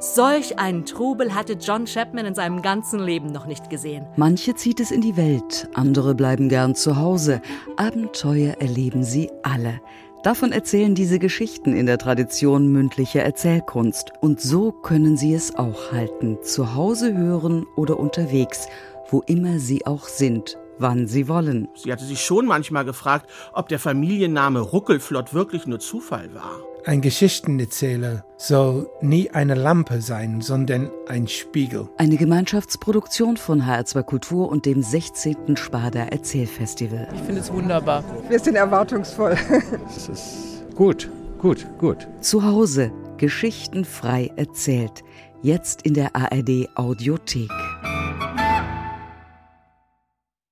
Solch einen Trubel hatte John Chapman in seinem ganzen Leben noch nicht gesehen. Manche zieht es in die Welt, andere bleiben gern zu Hause. Abenteuer erleben sie alle. Davon erzählen diese Geschichten in der Tradition mündlicher Erzählkunst. Und so können sie es auch halten, zu Hause hören oder unterwegs, wo immer sie auch sind, wann sie wollen. Sie hatte sich schon manchmal gefragt, ob der Familienname Ruckelflott wirklich nur Zufall war. Ein Geschichtenerzähler soll nie eine Lampe sein, sondern ein Spiegel. Eine Gemeinschaftsproduktion von HR2 Kultur und dem 16. Spader Erzählfestival. Ich finde es wunderbar. Wir sind erwartungsvoll. es ist gut, gut, gut. Zu Hause, geschichtenfrei erzählt. Jetzt in der ARD Audiothek.